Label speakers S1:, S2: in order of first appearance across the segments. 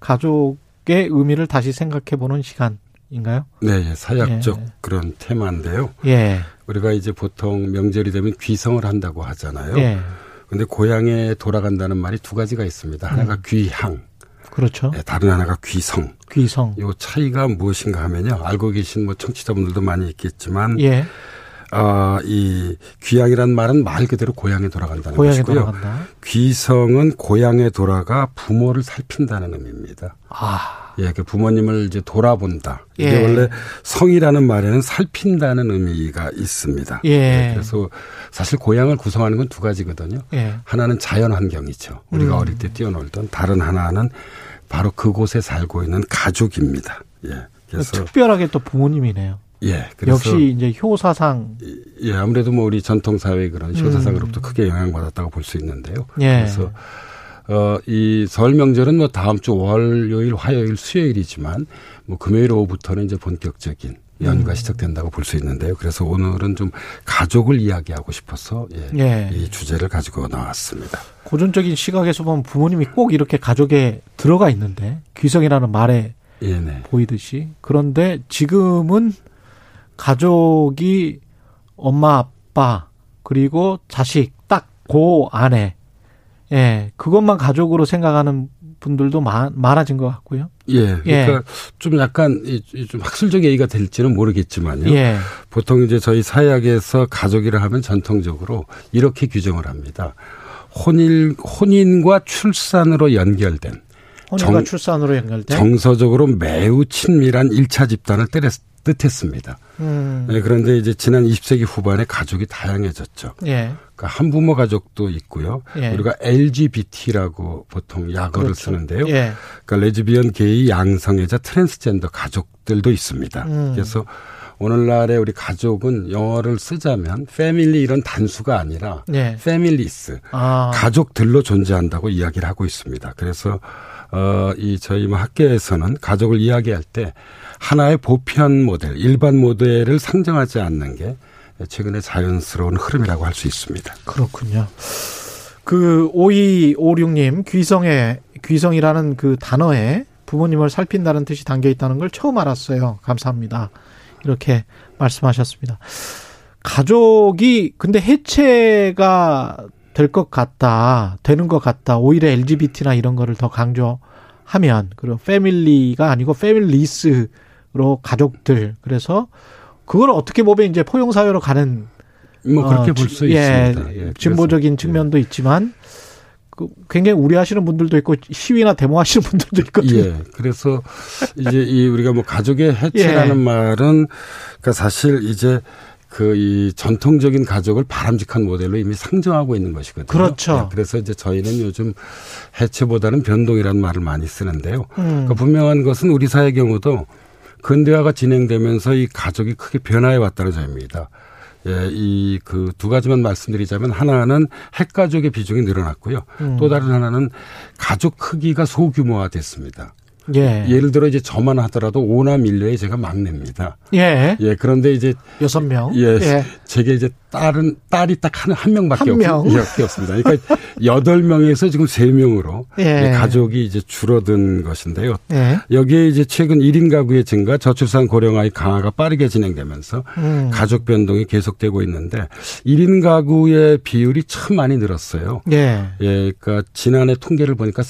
S1: 가족의 의미를 다시 생각해보는 시간인가요?
S2: 네, 예, 사약적
S1: 예.
S2: 그런 테마인데요.
S1: 예,
S2: 우리가 이제 보통 명절이 되면 귀성을 한다고 하잖아요.
S1: 예,
S2: 근데 고향에 돌아간다는 말이 두 가지가 있습니다.
S1: 네.
S2: 하나가 귀향,
S1: 그렇죠.
S2: 예, 다른 하나가 귀성.
S1: 귀성.
S2: 요 차이가 무엇인가 하면요. 알고 계신 뭐 청취자분들도 많이 있겠지만
S1: 예,
S2: 아, 이 귀향이란 말은 말 그대로 고향에 돌아간다는
S1: 고향에
S2: 것이고요.
S1: 돌아간다.
S2: 귀성은 고향에 돌아가 부모를 살핀다는 의미입니다.
S1: 아,
S2: 예, 그 부모님을 이제 돌아본다. 이게
S1: 예.
S2: 원래 성이라는 말에는 살핀다는 의미가 있습니다.
S1: 예.
S2: 그래서 사실 고향을 구성하는 건 두 가지거든요.
S1: 예,
S2: 하나는 자연 환경이죠. 우리가
S1: 음.
S2: 어릴 때 뛰어놀던 다른 하나는 바로 그곳에 살고 있는 가족입니다. 예. 그래서
S1: 특별하게 또 부모님이네요.
S2: 예. 그래서
S1: 그렇죠. 역시 이제 효사상.
S2: 예, 아무래도 뭐 우리 전통 사회 그런
S1: 음.
S2: 효사상으로부터 크게 영향받았다고 볼 수 있는데요.
S1: 예,
S2: 그래서 어, 이 설 명절은 뭐 다음 주 월요일, 화요일, 수요일이지만 뭐 금요일 오후부터는 이제 본격적인 연휴가 시작된다고 볼 수 있는데요. 그래서 오늘은 좀 가족을 이야기하고 싶어서 예,
S1: 예.
S2: 이 주제를 가지고 나왔습니다.
S1: 고전적인 시각에서 보면 부모님이 꼭 이렇게 가족에 들어가 있는데 귀성이라는 말에
S2: 예, 네.
S1: 보이듯이 그런데 지금은 가족이 엄마 아빠 그리고 자식 딱 그 안에 예 그것만 가족으로 생각하는 분들도 많, 많아진 것 같고요
S2: 예. 그러니까 좀 약간 이, 이좀 학술적 얘기가 될지는 모르겠지만요.
S1: 예
S2: 보통 이제 저희 사회학에서 가족이라 하면 전통적으로 이렇게 규정을 합니다. 혼인, 혼인과 출산으로 연결된
S1: 혼인과
S2: 정-
S1: 출산으로 연결된
S2: 정서적으로 매우 친밀한 일차 집단을 때려 뜻했습니다.
S1: 음,
S2: 네, 그런데 이제 지난 20세기 후반에 가족이 다양해졌죠.
S1: 예
S2: 그러니까 한부모 가족도 있고요.
S1: 예.
S2: 우리가 LGBT라고 보통
S1: 그렇죠.
S2: 약어를 쓰는데요.
S1: 예
S2: 그러니까 레즈비언, 게이, 양성애자, 트랜스젠더 가족들도 있습니다.
S1: 음.
S2: 그래서 오늘날에 우리 가족은 영어를 쓰자면 패밀리 이런 단수가 아니라
S1: 예.
S2: 패밀리스
S1: 아,
S2: 가족들로 존재한다고 이야기를 하고 있습니다. 그래서 어이 저희 뭐 학계에서는 가족을 이야기할 때 하나의 보편 모델, 일반 모델을 상정하지 않는 게 최근의 자연스러운 흐름이라고 할 수 있습니다.
S1: 그렇군요. 그 5256님 귀성에 귀성이라는 그 단어에 부모님을 살핀다는 뜻이 담겨 있다는 걸 처음 알았어요. 감사합니다. 이렇게 말씀하셨습니다. 가족이 근데 해체가 될 것 같다. 되는 것 같다. 오히려 LGBT나 이런 거를 더 강조하면 그리고 패밀리가 아니고 패밀리스로 가족들. 그래서 그걸 어떻게 보면 이제 포용 사회로 가는
S2: 뭐 그렇게 볼 수 있습니다. 예,
S1: 아, 어, 진보적인
S2: 그래서, 예.
S1: 측면도 있지만 그 굉장히 우려하시는 분들도 있고 시위나 데모하시는 분들도
S2: 예.
S1: 있거든요.
S2: 예, 그래서 이제 이 우리가 뭐 가족의 해체라는
S1: 예.
S2: 말은 그러니까 사실 이제 그 이 전통적인 가족을 바람직한 모델로 이미 상정하고 있는 것이거든요.
S1: 그렇죠.
S2: 예, 그래서 이제 저희는 요즘 해체보다는 변동이라는 말을 많이 쓰는데요.
S1: 음,
S2: 그 분명한 것은 우리 사회의 경우도 근대화가 진행되면서 이 가족이 크게 변화해 왔다는 점입니다. 예, 이 그 두 가지만 말씀드리자면 하나는 핵가족의 비중이 늘어났고요.
S1: 음.
S2: 또 다른 하나는 가족 크기가 소규모화 됐습니다.
S1: 예. 예.
S2: 예를 들어 이제 저만 하더라도 오남일녀에 제가 막내입니다.
S1: 예.
S2: 예, 그런데 이제
S1: 여섯 명.
S2: 예, 제게 이제 딸은 딸이 딱 한 한 명밖에
S1: 한 명.
S2: 없, 예, 없습니다. 그러니까 여덟 명에서 지금 세 명으로
S1: 예.
S2: 예, 가족이 이제 줄어든 것인데요.
S1: 예.
S2: 여기에 이제 최근 1인 가구의 증가, 저출산 고령화의 강화가 빠르게 진행되면서
S1: 음.
S2: 가족 변동이 계속되고 있는데 1인 가구의 비율이 참 많이 늘었어요.
S1: 예.
S2: 예, 그러니까 지난해 통계를 보니까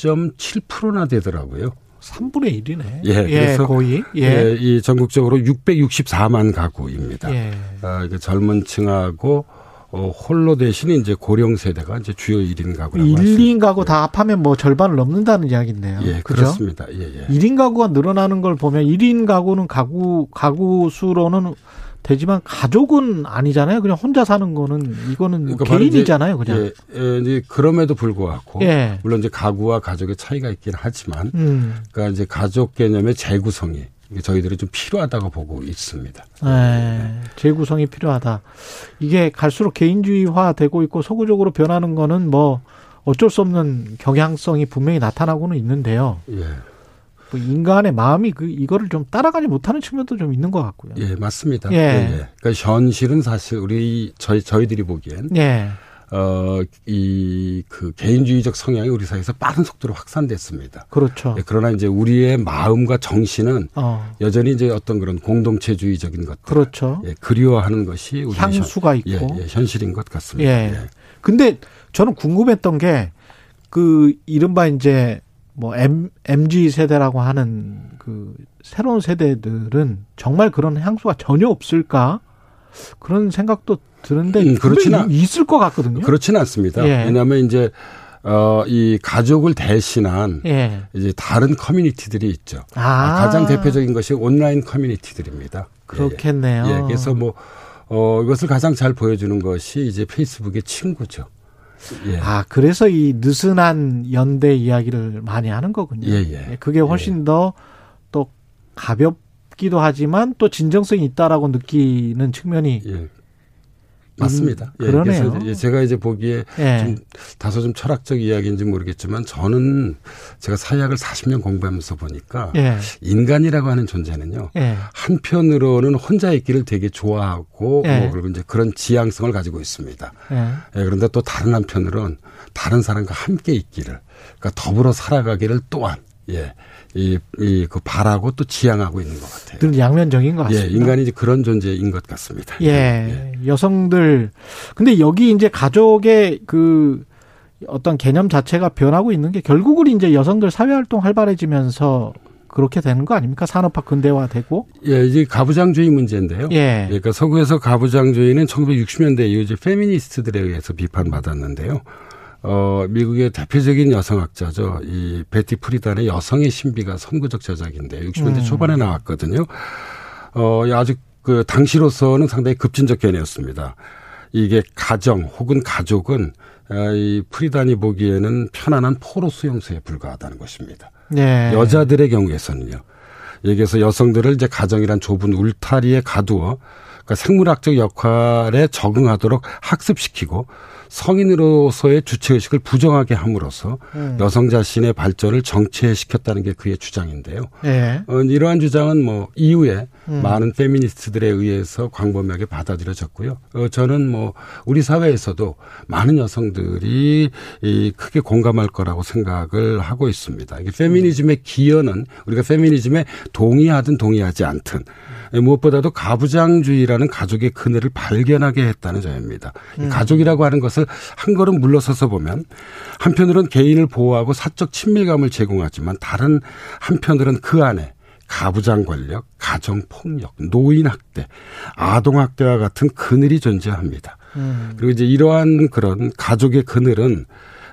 S2: 31.7%나 되더라고요.
S1: 3분의 1이네.
S2: 예, 그래서-
S1: 거의. 예.
S2: 예, 이 전국적으로 664만 가구입니다.
S1: 예.
S2: 아, 이게 젊은 층하고 어, 홀로 대신 이제 고령 세대가 이제 주요 1인 가구라고 할수
S1: 일 1인 가구 다 합하면 뭐 절반을 넘는다는 이야기인데요.
S2: 예,
S1: 그죠? 음,
S2: 그렇습니다. 예, 예.
S1: 1인 가구가 늘어나는 걸 보면 1인 가구는 가구 가구 수로는 되지만 가족은 아니잖아요. 그냥 혼자 사는 거는 이거는 뭐
S2: 그러니까 바로
S1: 개인이잖아요,
S2: 이제,
S1: 그냥.
S2: 예, 예, 이제 그럼에도 불구하고
S1: 예.
S2: 물론 이제 가구와 가족의 차이가 있긴 하지만
S1: 음.
S2: 그러니까 이제 가족 개념의 재구성이 이게 저희들이 좀 필요하다고 보고 있습니다.
S1: 예, 재구성이 필요하다. 이게 갈수록 개인주의화되고 있고 서구적으로 변하는 거는 뭐 어쩔 수 없는 경향성이 분명히 나타나고는 있는데요.
S2: 예,
S1: 뭐 인간의 마음이 그 이거를 좀 따라가지 못하는 측면도 좀 있는 것 같고요.
S2: 예, 맞습니다.
S1: 예.
S2: 그러니까 현실은 사실 우리 저희 저희들이 보기엔
S1: 예.
S2: 어, 이 그 개인주의적 성향이 우리 사회에서 빠른 속도로 확산됐습니다.
S1: 그렇죠.
S2: 예, 그러나 이제 우리의 마음과 정신은
S1: 어.
S2: 여전히 이제 어떤 그런 공동체주의적인 것,
S1: 그렇죠.
S2: 예, 그리워하는 것이 우리
S1: 향수가
S2: 예,
S1: 있고.
S2: 예, 현실인 것 같습니다.
S1: 예. 근데 저는 궁금했던 게 그 이른바 이제 뭐 M, MG 세대라고 하는 그 새로운 세대들은 정말 그런 향수가 전혀 없을까? 그런 생각도 드는데
S2: 음, 그렇진
S1: 분명히
S2: 않-
S1: 있을 것 같거든요.
S2: 그렇지는 않습니다.
S1: 예.
S2: 왜냐하면 이제 어, 이 가족을 대신한
S1: 예.
S2: 이제 다른 커뮤니티들이 있죠.
S1: 아.
S2: 가장 대표적인 것이 온라인 커뮤니티들입니다. 예,
S1: 그렇겠네요.
S2: 예. 예, 그래서 뭐 어, 이것을 가장 잘 보여주는 것이 이제 페이스북의 친구죠. 예.
S1: 아, 그래서 이 느슨한 연대 이야기를 많이 하는 거군요.
S2: 예, 예.
S1: 그게 훨씬 더 또 가볍기도 하지만 또 진정성이 있다라고 느끼는 측면이
S2: 예. 맞습니다. 예,
S1: 음, 그러네요.
S2: 그래서 이제 제가 이제 보기에
S1: 예.
S2: 좀 다소 좀 철학적 이야기인지 모르겠지만 저는 제가 사회학을 40년 공부하면서 보니까
S1: 예.
S2: 인간이라고 하는 존재는요.
S1: 예.
S2: 한편으로는 혼자 있기를 되게 좋아하고
S1: 예.
S2: 뭐 그리고 이제 그런 지향성을 가지고 있습니다.
S1: 예.
S2: 예, 그런데 또 다른 한편으론 다른 사람과 함께 있기를, 그러니까 더불어 살아가기를 또한 예, 이, 이, 그 바라고 또 지향하고 있는 것 같아요.
S1: 늘 양면적인 것
S2: 예,
S1: 같습니다.
S2: 인간이 이제 그런 존재인 것 같습니다.
S1: 네, 예, 여성들. 근데 여기 이제 가족의 그 어떤 개념 자체가 변하고 있는 게 결국은 이제 여성들 사회활동 활발해지면서 그렇게 되는 거 아닙니까? 산업화 근대화되고.
S2: 예, 이제 가부장주의 문제인데요.
S1: 예.
S2: 그러니까 서구에서 가부장주의는 1960년대 이후 이제 페미니스트들에 의해서 비판받았는데요. 어, 미국의 대표적인 여성학자죠. 이 베티 프리단의 여성의 신비가 선구적 저작인데 60년대 초반에 나왔거든요. 어, 아주 그 당시로서는 상당히 급진적 견해였습니다. 이게 가정 혹은 가족은 어, 이 프리단이 보기에는 편안한 포로 수용소에 불과하다는 것입니다.
S1: 예.
S2: 여자들의 경우에서는요. 여기에서 여성들을 이제 가정이란 좁은 울타리에 가두어 그러니까 생물학적 역할에 적응하도록 학습시키고 성인으로서의 주체의식을 부정하게 함으로써 여성 자신의 발전을 정체시켰다는 게 그의 주장인데요.
S1: 예.
S2: 어, 이러한 주장은 뭐 이후에 많은 페미니스트들에 의해서 광범위하게 받아들여졌고요. 어, 저는 뭐 우리 사회에서도 많은 여성들이 이 크게 공감할 거라고 생각을 하고 있습니다. 이게 페미니즘의 기여는 우리가 페미니즘에 동의하든 동의하지 않든 예, 무엇보다도 가부장주의라는 가족의 그늘을 발견하게 했다는 점입니다. 이 가족이라고 하는 것을 한 걸음 물러서서 보면 한편으로는 개인을 보호하고 사적 친밀감을 제공하지만 다른 한편으로는 그 안에 가부장 권력, 가정 폭력, 노인 학대, 아동 학대와 같은 그늘이 존재합니다. 그리고 이제 이러한 그런 가족의 그늘은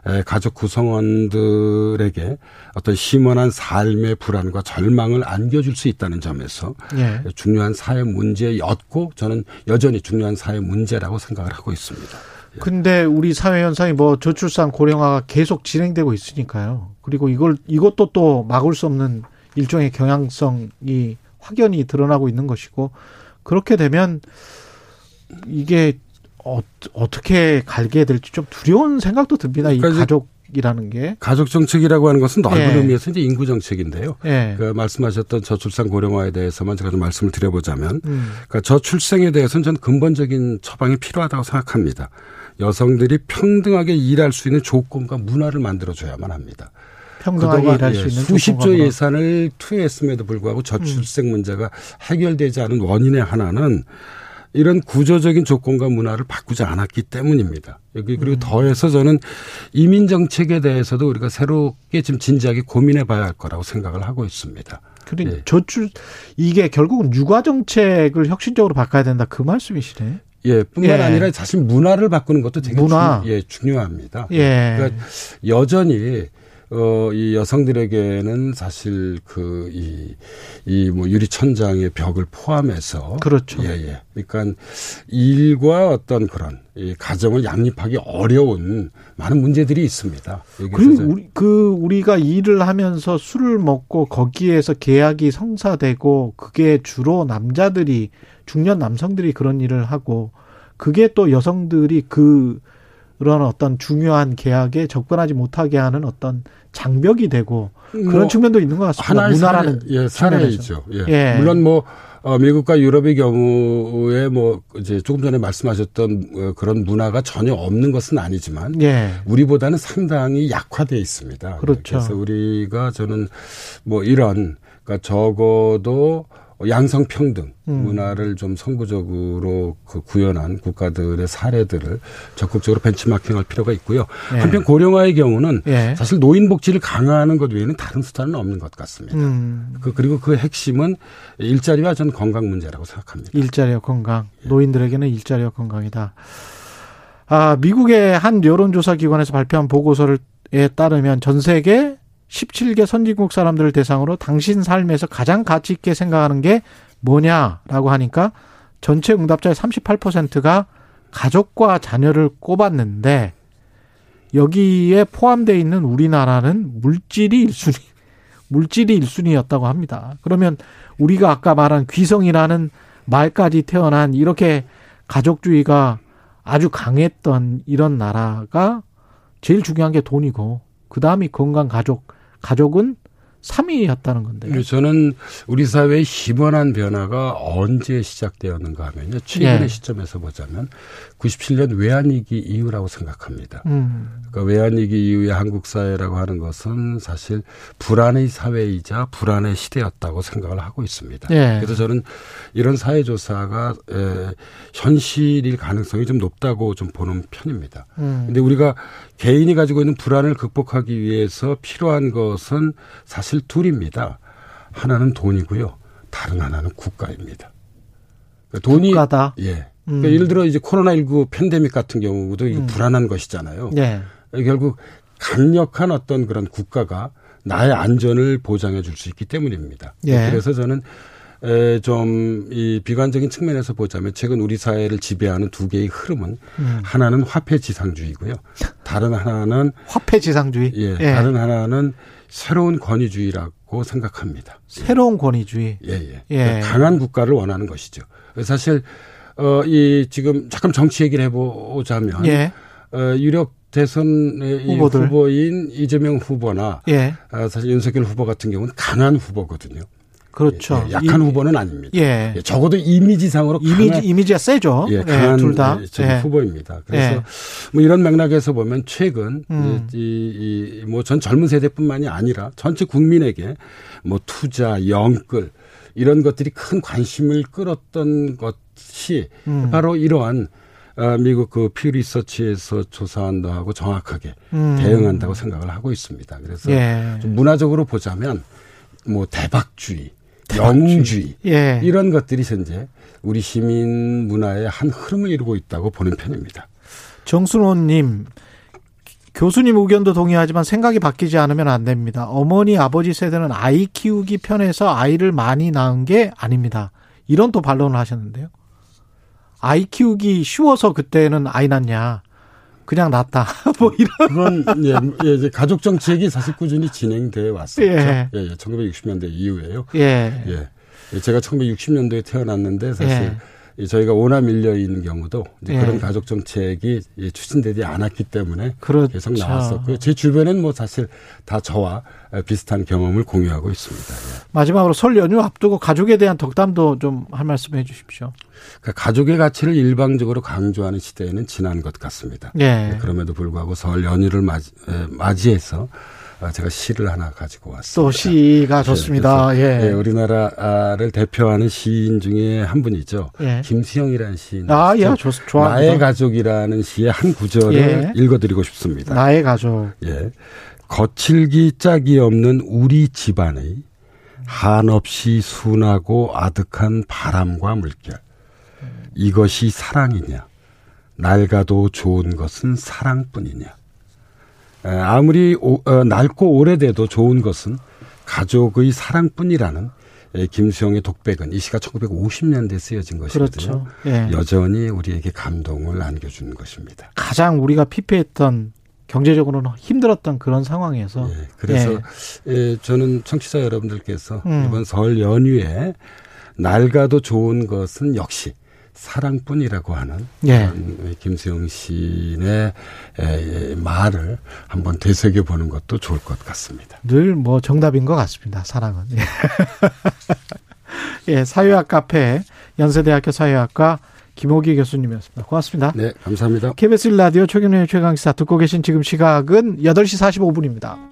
S2: 에, 가족 구성원들에게 어떤 심원한 삶의 불안과 절망을 안겨줄 수 있다는 점에서
S1: 예.
S2: 중요한 사회 문제였고 저는 여전히 중요한 사회 문제라고 생각을 하고 있습니다.
S1: 근데 우리 사회 현상이 뭐 저출산 고령화가 계속 진행되고 있으니까요. 그리고 이걸 이것도 또 막을 수 없는 일종의 경향성이 확연히 드러나고 있는 것이고 그렇게 되면 이게 어, 어떻게 갈게 될지 좀 두려운 생각도 듭니다. 이
S2: 그러니까 이제-
S1: 가족이라는 게.
S2: 가족 정책이라고 하는 것은 넓은
S1: 예.
S2: 의미에서 이제 인구 정책인데요.
S1: 예.
S2: 그 말씀하셨던 저출산 고령화에 대해서만 제가 좀 말씀을 드려보자면
S1: 음.
S2: 그러니까 저출생에 대해서는 저는 근본적인 처방이 필요하다고 생각합니다. 여성들이 평등하게 일할 수 있는 조건과 문화를 만들어줘야만 합니다.
S1: 평등하게 일할
S2: 예,
S1: 수 있는
S2: 수십 조
S1: 조건과
S2: 예산을 투여했음에도 불구하고 저출생 문제가 해결되지 않은 원인의 하나는 이런 구조적인 조건과 문화를 바꾸지 않았기 때문입니다. 여기
S1: 음.
S2: 그리고 더해서 저는 이민 정책에 대해서도 우리가 새롭게 지금 진지하게 고민해 봐야 할 거라고 생각을 하고 있습니다.
S1: 그러니까
S2: 예.
S1: 저출 이게 결국은 육아 정책을 혁신적으로 바꿔야 된다 그 말씀이시네.
S2: 예, 뿐만
S1: 예.
S2: 아니라 사실 문화를 바꾸는 것도 되게
S1: 문화.
S2: 중, 예, 중요합니다.
S1: 예.
S2: 그러니까 여전히 어, 이 여성들에게는 사실 그, 이, 이 뭐 유리천장의 벽을 포함해서.
S1: 그렇죠.
S2: 예, 예. 그러니까 일과 어떤 그런 이 가정을 양립하기 어려운 많은 문제들이 있습니다.
S1: 그리고 우리, 그, 우리가 일을 하면서 술을 먹고 거기에서 계약이 성사되고 그게 주로 남자들이, 중년 남성들이 그런 일을 하고 그게 또 여성들이 그, 그런 어떤 중요한 계약에 접근하지 못하게 하는 어떤 장벽이 되고 그런
S2: 뭐
S1: 측면도 있는 것 같습니다.
S2: 하나의
S1: 문화라는
S2: 사례, 예,
S1: 측면에서.
S2: 사례이죠. 예.
S1: 예.
S2: 물론 뭐 어, 미국과 유럽의 경우에 뭐 이제 조금 전에 말씀하셨던 어, 그런 문화가 전혀 없는 것은 아니지만
S1: 예.
S2: 우리보다는 상당히 약화돼 있습니다. 네,
S1: 그렇죠.
S2: 그래서 우리가 저는 뭐 이런 그러니까 적어도 양성 평등
S1: 음.
S2: 문화를 좀 선구적으로 그 구현한 국가들의 사례들을 적극적으로 벤치마킹할 필요가 있고요.
S1: 예.
S2: 한편 고령화의 경우는
S1: 예.
S2: 사실 노인 복지를 강화하는 것 외에는 다른 수단은 없는 것 같습니다.
S1: 음.
S2: 그 그리고 그 핵심은 일자리와 전 건강 문제라고 생각합니다. 예.
S1: 일자리와 건강. 노인들에게는 일자리와 건강이다. 아, 미국의 한 여론조사 기관에서 발표한 보고서에 따르면 전 세계 17개 선진국 사람들을 대상으로 당신 삶에서 가장 가치 있게 생각하는 게 뭐냐라고 하니까 전체 응답자의 38%가 가족과 자녀를 꼽았는데 여기에 포함되어 있는 우리나라는 물질이 1순위, 물질이 1순위였다고 합니다. 그러면 우리가 아까 말한 귀성이라는 말까지 태어난 이렇게 가족주의가 아주 강했던 이런 나라가 제일 중요한 게 돈이고 그 다음이 건강 가족 가족은 3위였다는 건데
S2: 그리고 저는 우리 사회의 희번한 변화가 언제 시작되었는가 하면요. 최근의
S1: 예.
S2: 시점에서 보자면 97년 외환위기 이후라고 생각합니다.
S1: 음,
S2: 그러니까 외환위기 이후의 한국 사회라고 하는 것은 사실 불안의 사회이자 불안의 시대였다고 생각을 하고 있습니다.
S1: 예.
S2: 그래서 저는 이런 사회조사가 에, 현실일 가능성이 좀 높다고 좀 보는 편입니다.
S1: 음.
S2: 근데 우리가 개인이 가지고 있는 불안을 극복하기 위해서 필요한 것은 사실 둘입니다. 하나는 돈이고요. 다른 하나는 국가입니다. 그러니까 돈이
S1: 국가다.
S2: 예.
S1: 음.
S2: 그러니까 예를 들어 이제 코로나19 팬데믹 같은 경우도 이게 불안한 것이잖아요.
S1: 예.
S2: 결국 강력한 어떤 그런 국가가 나의 안전을 보장해 줄 수 있기 때문입니다.
S1: 예.
S2: 그래서 저는 좀 이 비관적인 측면에서 보자면 최근 우리 사회를 지배하는 두 개의 흐름은 하나는 화폐 지상주의고요. 다른 하나는
S1: 화폐 지상주의
S2: 예, 다른 하나는 새로운 권위주의라고 생각합니다.
S1: 새로운 권위주의
S2: 예, 예.
S1: 예.
S2: 강한 국가를 원하는 것이죠. 사실 어 이 지금 잠깐 정치 얘기를 해 보자면
S1: 예
S2: 어, 유력 대선의 이
S1: 후보들.
S2: 후보인 이재명 후보나
S1: 예.
S2: 아, 사실 윤석열 후보 같은 경우는 강한 후보거든요.
S1: 그렇죠
S2: 예, 약한
S1: 이-
S2: 후보는 아닙니다.
S1: 예.
S2: 예, 적어도 이미지상으로
S1: 이미지
S2: 강한,
S1: 이미지가 세죠
S2: 예, 강한
S1: 어? 네, 둘다
S2: 예, 저기 후보입니다. 그래서
S1: 예.
S2: 뭐 이런 맥락에서 보면 최근
S1: 음.
S2: 이뭐전 젊은 세대뿐만이 아니라 전체 국민에게 뭐 투자, 영끌 이런 것들이 큰 관심을 끌었던 것이
S1: 음.
S2: 바로 이러한 어, 미국 그 퓨 리서치에서 조사한다고 정확하게
S1: 음.
S2: 대응한다고 생각을 하고 있습니다. 그래서
S1: 예.
S2: 좀 문화적으로 보자면 뭐 대박주의, 영웅주의
S1: 예.
S2: 이런 것들이 현재 우리 시민 문화의 한 흐름을 이루고 있다고 보는 편입니다.
S1: 정순호님 교수님 의견도 동의하지만 생각이 바뀌지 않으면 안 됩니다. 어머니 아버지 세대는 아이 키우기 편해서 아이를 많이 낳은 게 아닙니다. 이런 또 반론을 하셨는데요. 아이 키우기 쉬워서 그때는 아이 낳냐 그냥 낳다 뭐 이런
S2: 그건 예, 예, 이제 가족 정책이 사실 꾸준히 진행돼 왔었죠.
S1: 예.
S2: 예, 예, 1960년대 이후에요.
S1: 예
S2: 예. 예, 제가 1960년도에 태어났는데 사실
S1: 예.
S2: 이 저희가 오나 밀려 있는 경우도 이제
S1: 예.
S2: 그런 가족 정책이 예, 추진되지 않았기 때문에
S1: 그렇죠.
S2: 계속 나왔었고요. 제 주변엔 뭐 사실 다 저와 비슷한 경험을 공유하고 있습니다. 예.
S1: 마지막으로 설 연휴 앞두고 가족에 대한 덕담도 좀 할 말씀해 주십시오.
S2: 그러니까 가족의 가치를 일방적으로 강조하는 시대에는 지난 것 같습니다.
S1: 예.
S2: 그럼에도 불구하고 설 연휴를 맞이, 에, 맞이해서 아, 제가 시를 하나 가지고 왔습니다.
S1: 또
S2: 네,
S1: 시가 좋습니다.
S2: 예,
S1: 예.
S2: 우리나라를 대표하는 시인 중에 한 분이죠.
S1: 예.
S2: 김수영이라는 시인.
S1: 아, 예,
S2: 아시죠?
S1: 좋, 좋아합니다.
S2: 네, 나의 가족이라는 시의 한 구절을
S1: 예.
S2: 읽어드리고 싶습니다.
S1: 나의 가족.
S2: 예. 거칠기 짝이 없는 우리 집안의 한없이 순하고 아득한 바람과 물결. 이것이 사랑이냐? 낡아도 좋은 것은 사랑뿐이냐? 아무리 오, 어, 낡고 오래돼도 좋은 것은 가족의 사랑뿐이라는 예, 김수영의 독백은 이 시가 1950년대에 쓰여진 것이거든요. 그렇죠. 예. 여전히 우리에게 감동을 안겨주는 것입니다.
S1: 가장 우리가 피폐했던 경제적으로는 힘들었던 그런 상황에서
S2: 예, 그래서 예. 저는 청취자 여러분들께서 음. 이번 설 연휴에 낡아도 좋은 것은 역시 사랑뿐이라고 하는 예. 김수영 시인의 예, 말을 한번 되새겨 보는 것도 좋을 것 같습니다.
S1: 늘 뭐 정답인 것 같습니다. 사랑은. 예, 사회학 카페 연세대학교 사회학과 김호기 교수님이었습니다. 고맙습니다.
S2: 네, 감사합니다.
S1: KBS 라디오 최경련의 최강시사 듣고 계신 지금 시각은 8시 45분입니다.